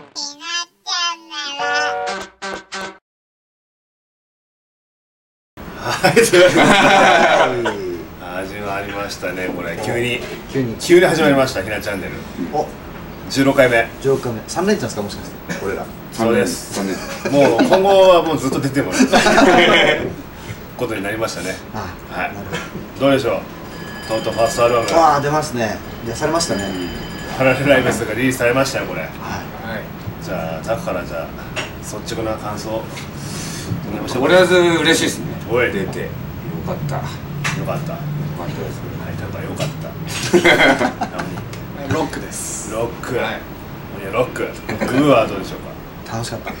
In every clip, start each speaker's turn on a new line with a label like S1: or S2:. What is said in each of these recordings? S1: はいというわけで始まりましたねこれ急に
S2: 急に
S1: 急に始まりましたひなチャンネル
S2: お
S1: 16回目
S2: ジョーカ目三連チャンですかもしかして 俺ら
S1: そうです
S3: 残念
S1: もう今後はもうずっと出てもらうことになりましたね
S2: あ
S1: は
S2: なるほ
S1: いどうでしょうとうとうファーストアルバム
S2: どわあ出ますね出されましたね、
S1: 「パラレルライブス」がリリースされましたよこれ
S2: は
S1: じゃあタクからじゃあ率直な感想お願いします
S3: とりあえず嬉しいですね
S1: おい
S3: 出てよかったよ
S1: よかった
S3: かったですね
S1: はい、高い良かった。
S4: ロックです
S1: ロック。
S4: はい
S1: いや、ロック。グーはどうでしょう
S2: い楽しかった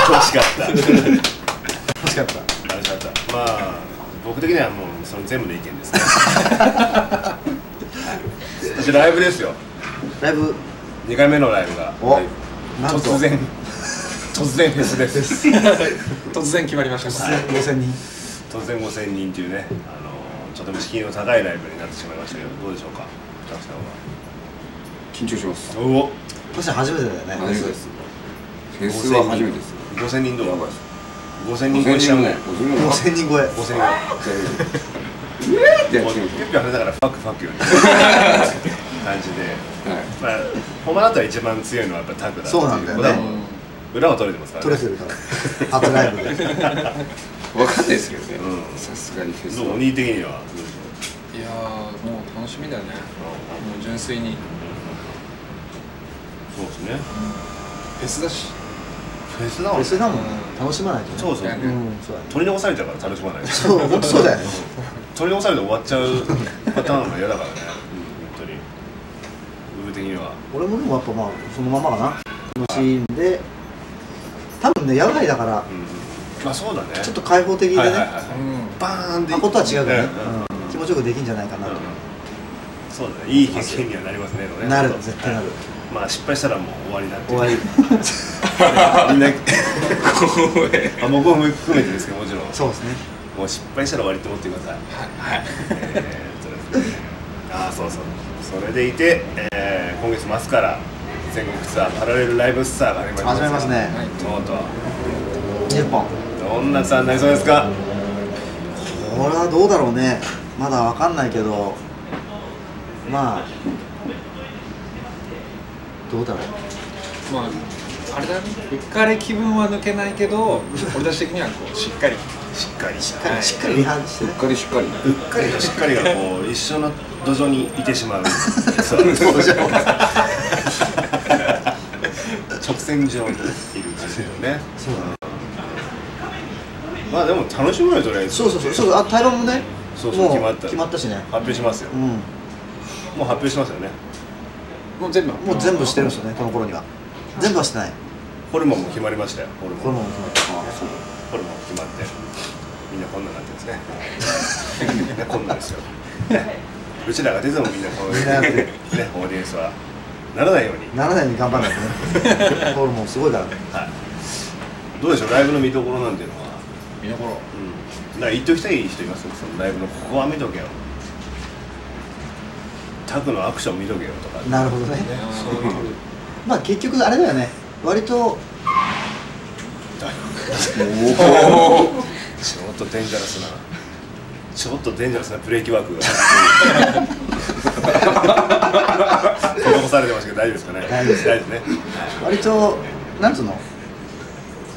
S1: か。楽しかった。楽
S2: 楽しかった
S1: しかった。まあ、僕的にはもう、その全部で意見 ですね。そしてライブですよ。
S2: ライブ
S1: 二回目のライブが。
S2: お、
S1: はい
S2: なんと
S1: 突然。突然フェスです。
S4: 突然決まりました
S2: 突然五千人
S1: 突然五千人というね、あの、とても敷居の高いライブになってしまいましたけど、どうでしょうか。タクさん
S3: 緊張します
S1: は。おお。
S2: 確かに初めてだよね
S3: 初めてですフェスは初めてです
S1: 五千人どう
S3: やばいです。
S1: 五千人超えしちゃうね。
S2: 五千人超え
S1: 五千人。
S3: でや
S1: も
S3: っ
S1: う
S3: て
S1: ピ
S3: み
S1: ュ
S3: て
S1: ッピュ跳ねながらファックファックよって感じで
S3: はい
S1: まあ本番だったら一番強いのはやっぱタッグだ
S2: そうなんだよね
S1: 裏を取れてますから
S2: 取れてるか ら初ライブで
S3: わかんないですけどね
S1: うん
S3: さすがにフェス
S1: どうお
S3: は
S1: 兄的にはどうでし
S4: いやーもう楽しみだねもう純粋
S1: ょ
S4: に
S1: うそうですね
S4: フェスだし
S1: フェスだ
S2: フ
S1: も
S2: ェ
S1: ん
S2: スだもんね楽しまないとね
S1: そうそう
S4: だよね
S2: うんそうだね
S1: 取り残されちゃうから楽しまない
S2: そう本当そうだよね
S1: 取り残されて終わっちゃう パターンが嫌だからね本当に僕的には
S2: 俺もでもやっぱまあそのままかな楽しんで多分ね野外だから
S1: まあそうだね
S2: ちょっと開放的で
S1: はいはいはい
S2: ね
S1: はい
S4: うん
S1: バーンで
S2: 箱とは違うけどね
S1: んん
S2: うん気持ちよくできんじゃないかなと
S1: そうだねいい経験にはなりますねでもね
S2: なる絶対なる
S1: まあ失敗したらもう終わりだってい
S2: 終
S1: う
S2: わり
S1: みんな
S3: 光栄
S1: あ僕も含めてですけどもちろん
S2: そうですね
S1: もう失敗したら終わりと思ってくださいはいえーっとです ねああそうそうそれでいて、えー今月末から全国ツアーパラレルライブツアーが始まります
S2: 始まりますね
S1: はいとうと
S2: 10本
S1: うどんなツアーになりそうですか
S2: これはどうだろうねまだわかんないけどまあどうだろう
S4: まああれだね浮かれ気分は抜けないけど俺たち的にはこうしっかり
S1: しっかりしっか
S4: はい
S2: しっかりリハして
S3: う
S2: ね
S3: っかりしっかり
S1: りうっかりとしっかりがこ う一緒の土壌にいてしまうツアーです直線上にいる感じだよね
S2: そうだね
S1: まあでも楽しむよとりあえず
S2: そうそうそうそうあ対論もね
S1: そうそう
S2: も
S1: 決まった
S2: 決まったしね
S1: 発表しますよ
S2: うん
S1: もう発表しますよね
S4: もう全部
S2: もう全部してるんですよねこの頃には全部はしてない
S1: ホルモンも決まりましたよホルモン
S2: この頃も決まった
S1: ホルモン決まってみんなこんなになってますねみんなこんなですよねうちらが出てもみんなこうい
S2: みん
S1: う
S2: なやって
S1: ねオーディエンスはならないように
S2: ならないように頑張らないとね ホルモンすごいからね
S1: どうでしょうライブの見どころなんていうのは
S4: 見どころ
S1: うんなんか言っておきたい人いますそのライブのここは見とけよタクのアクション見とけよとか
S2: なるほどね
S4: そう
S2: まあ結局あれだよね割と
S1: ちょっとデンジャラスなちょっとデンジャラスなブレーキワー クが施されてましたけど大丈夫ですかね
S2: 大丈夫です
S1: ね
S2: 割となんつうの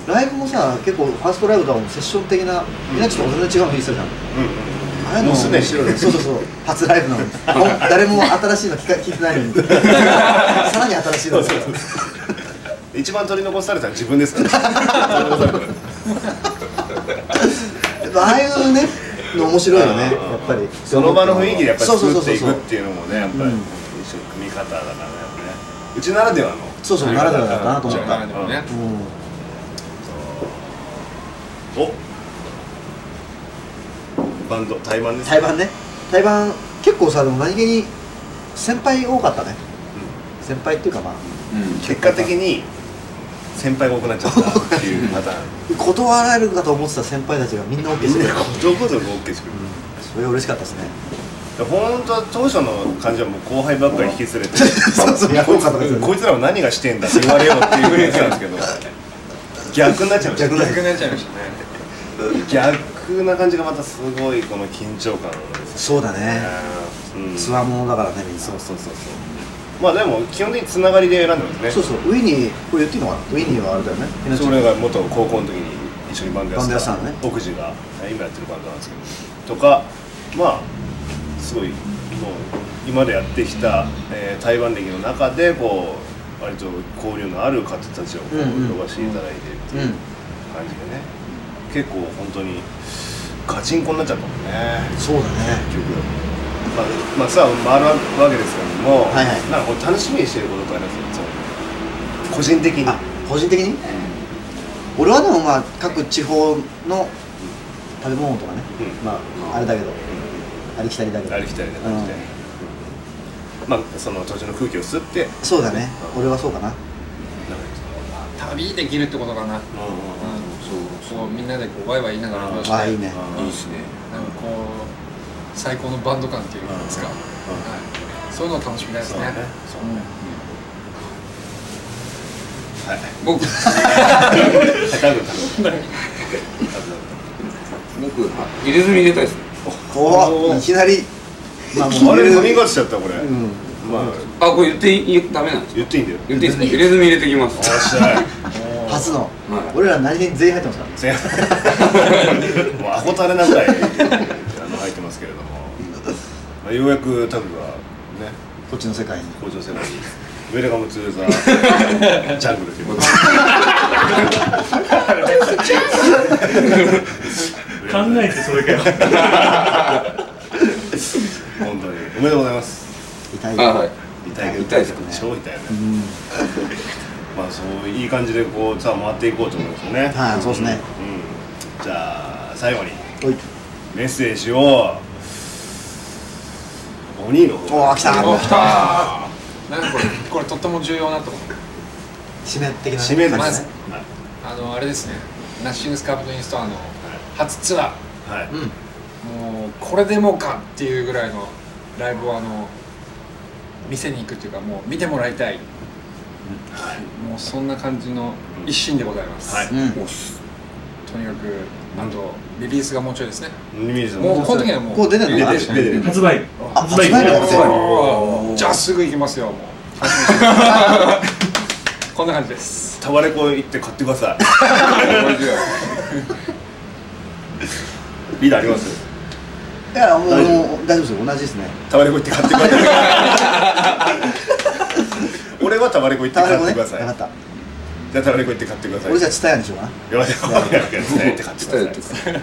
S2: ライブもさ結構ファーストライブとはもうセッション的なみんなちょっと全然違うの弾いてたじゃん
S1: うんうん
S2: ああいの
S1: もうすでに
S2: 面白いねそうそうそう初ライブ なのに誰も新しいの聞か聞いてないのにさらに新しいのだから
S1: 一番取り残されたのは自分ですから 取り残されたの
S2: やっぱああいうねの面白いよねやっぱり
S1: その場の雰囲気でやっぱり
S2: そうそうそ
S1: 作
S2: う
S1: っ
S2: そう
S1: ていくっていうのもねやっぱり一緒に組み方だからねやっぱねうちならではの
S2: そうそう
S1: 組み
S2: な
S1: 方
S2: らではだなと思っ
S4: な
S2: た
S4: らでもね
S2: うん
S1: おバンド対バンです
S2: 対バンね対バン結構さでも何気に先輩多かったね、先輩っていうかまあ
S3: うん
S1: 結果的に先輩が多くなっちゃったっていうパターン
S2: 断られるかと思ってた先輩たちがみんな OK
S1: み
S2: し
S1: ん
S2: て
S1: な
S2: た
S1: どこでも OK してくれる
S2: それ嬉しかったですね
S1: 本当は当初の感じはもう後輩ばっかり引き連れて
S2: そうそうやろうかとかですよね
S1: こいつらは何がしてん だって言われようっていうふうに言ってたんですけど逆になっちゃいました
S2: 逆に
S4: 逆になっちゃいましたね
S1: 逆な感じがまたすごいこの緊張感です
S2: そうだ
S1: ね
S2: ね
S1: うん
S2: つわものだからねみんな
S1: そ
S2: そう
S1: そうそうそうまあでも基本的につながりで選んでますね
S2: うそうウィニーこれ言っていいのかなウィニーはあれだよねみんなち
S1: そ
S2: ょっ
S1: れが元高校の時に一緒にバンドやってた
S2: バンドやってたのね
S1: 僕自が今やってるバンドなんですけどとかまあすごいもう今までやってきた、えー台湾歴の中でこう割と交流のある方たちをこう
S2: うんうん
S1: 呼ばせていただいてって
S2: と
S1: いううん感じでね、結構本当にガチンコになっちゃったもんね
S2: そうだね
S1: 結局まあ、まあ、さあ回るわけですけども、
S2: はいはい
S1: なんかこう楽しみにしてることとかありますよその個人的に
S2: あ個人的に俺はでもまあ各地方の食べ物とかね、
S1: うん
S2: まああれだけどありきたりだけど
S1: ありきたりでなくて、まあその土地の空気を吸ってなんか
S2: そうだね俺はそうかな
S4: 旅できるってことかな、うん、
S1: うんうんうん
S4: そうこうみんなでこうワイワイ言いながら話して
S2: ああいいね
S1: あ
S3: いいですね
S4: なんかこう最高のバンド感っていうんですか、
S1: うん
S4: はい、そういうのを楽しみたいです
S1: そう
S4: ね
S1: ねそうねはい
S3: 僕
S1: 高くなる
S3: 僕あ入れ墨入れたいですね
S2: お
S1: お
S2: お
S1: ー
S2: いきなりま
S1: あ
S2: あ
S1: れ
S2: う
S1: 飲みがしちゃったこれ、
S2: うん
S1: まあ
S3: あこれ言っていいダメなんですか
S1: 言っていいんだよ
S3: 言っていいですか入れ墨入れてきま
S1: お
S3: す
S1: っしゃい
S2: 初の、
S3: はい
S2: 俺ら何気に全員入ってますから
S1: 全然もうアホタレなんかいあの入ってますけれども、まあ、ようやくタクがね
S2: こっちの世界に
S1: 校長世代にウェルカムツーザ ジャングルということで
S5: 考えてそれかよ
S1: 本当におめでとうございます
S2: いたい
S3: あはい
S1: 痛いけど
S3: 痛いですか
S1: 超痛いよね
S2: うん
S1: まあそういい感じでこうさあ回っていこうと思いますよね
S2: はいそうですね
S1: うんじゃあ最後に
S2: おい
S1: メッセージを鬼の
S2: お
S1: 方
S2: お来た
S4: お来たなんかこれこれとっても重要なとこ
S2: 締め的な
S1: 締めで
S4: ますず
S1: ね
S4: あのあれですねナッシングスカープトインストアの初ツア
S1: はい、はい
S2: うん
S4: ーもうこれでもかっていうぐらいのライブをあの見せに行くっていうかもう見てもらいたい、もうそんな感じの一心でございます、
S1: はい
S2: うん
S4: とにかくあとリリースがもうちょいですね
S1: イメージの
S4: もうこの時にはもう
S2: こう出てる
S1: 出
S2: の
S1: て
S2: か
S1: る
S2: な
S1: 出てる
S5: 発売
S2: あ
S5: 発売日
S2: 発売日だ
S5: 発
S2: 発売日
S4: おーじゃあすぐ行きますよもうこんな感じです
S1: タワレコ行って買ってくださいリーダーあります
S2: いやもう
S1: 大丈夫
S2: もう大丈夫ですよ同じですね
S1: タワレコ行って買ってください俺はタワレコ行って
S2: タワレ
S1: 買って
S2: コ
S1: くだ
S2: ね
S1: さい、
S2: 分かった
S1: じゃあタワレコ行って買ってください
S2: 俺じゃあ蔦屋にしようかな
S1: やばいやばいやばい伝えて買ってくだ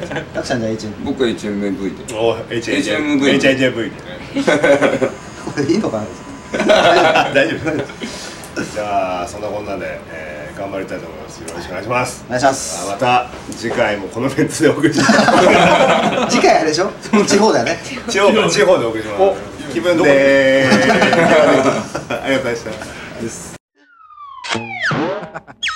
S1: さい
S2: たくちゃんじゃあ H
S3: 僕は HMV で
S1: お HHMV
S3: HMV
S1: HHMV
S2: こ れいいのかな
S1: 大丈夫じゃあそんなこんなで、えー頑張りたいと思いますよろしくお願いします
S2: お願いしま
S1: あ
S2: す
S1: また次回もこのメンツでお送りします
S2: 次回あれでしょ地方だよね
S1: 地方地方でお送りします気分 でーすありがとうございました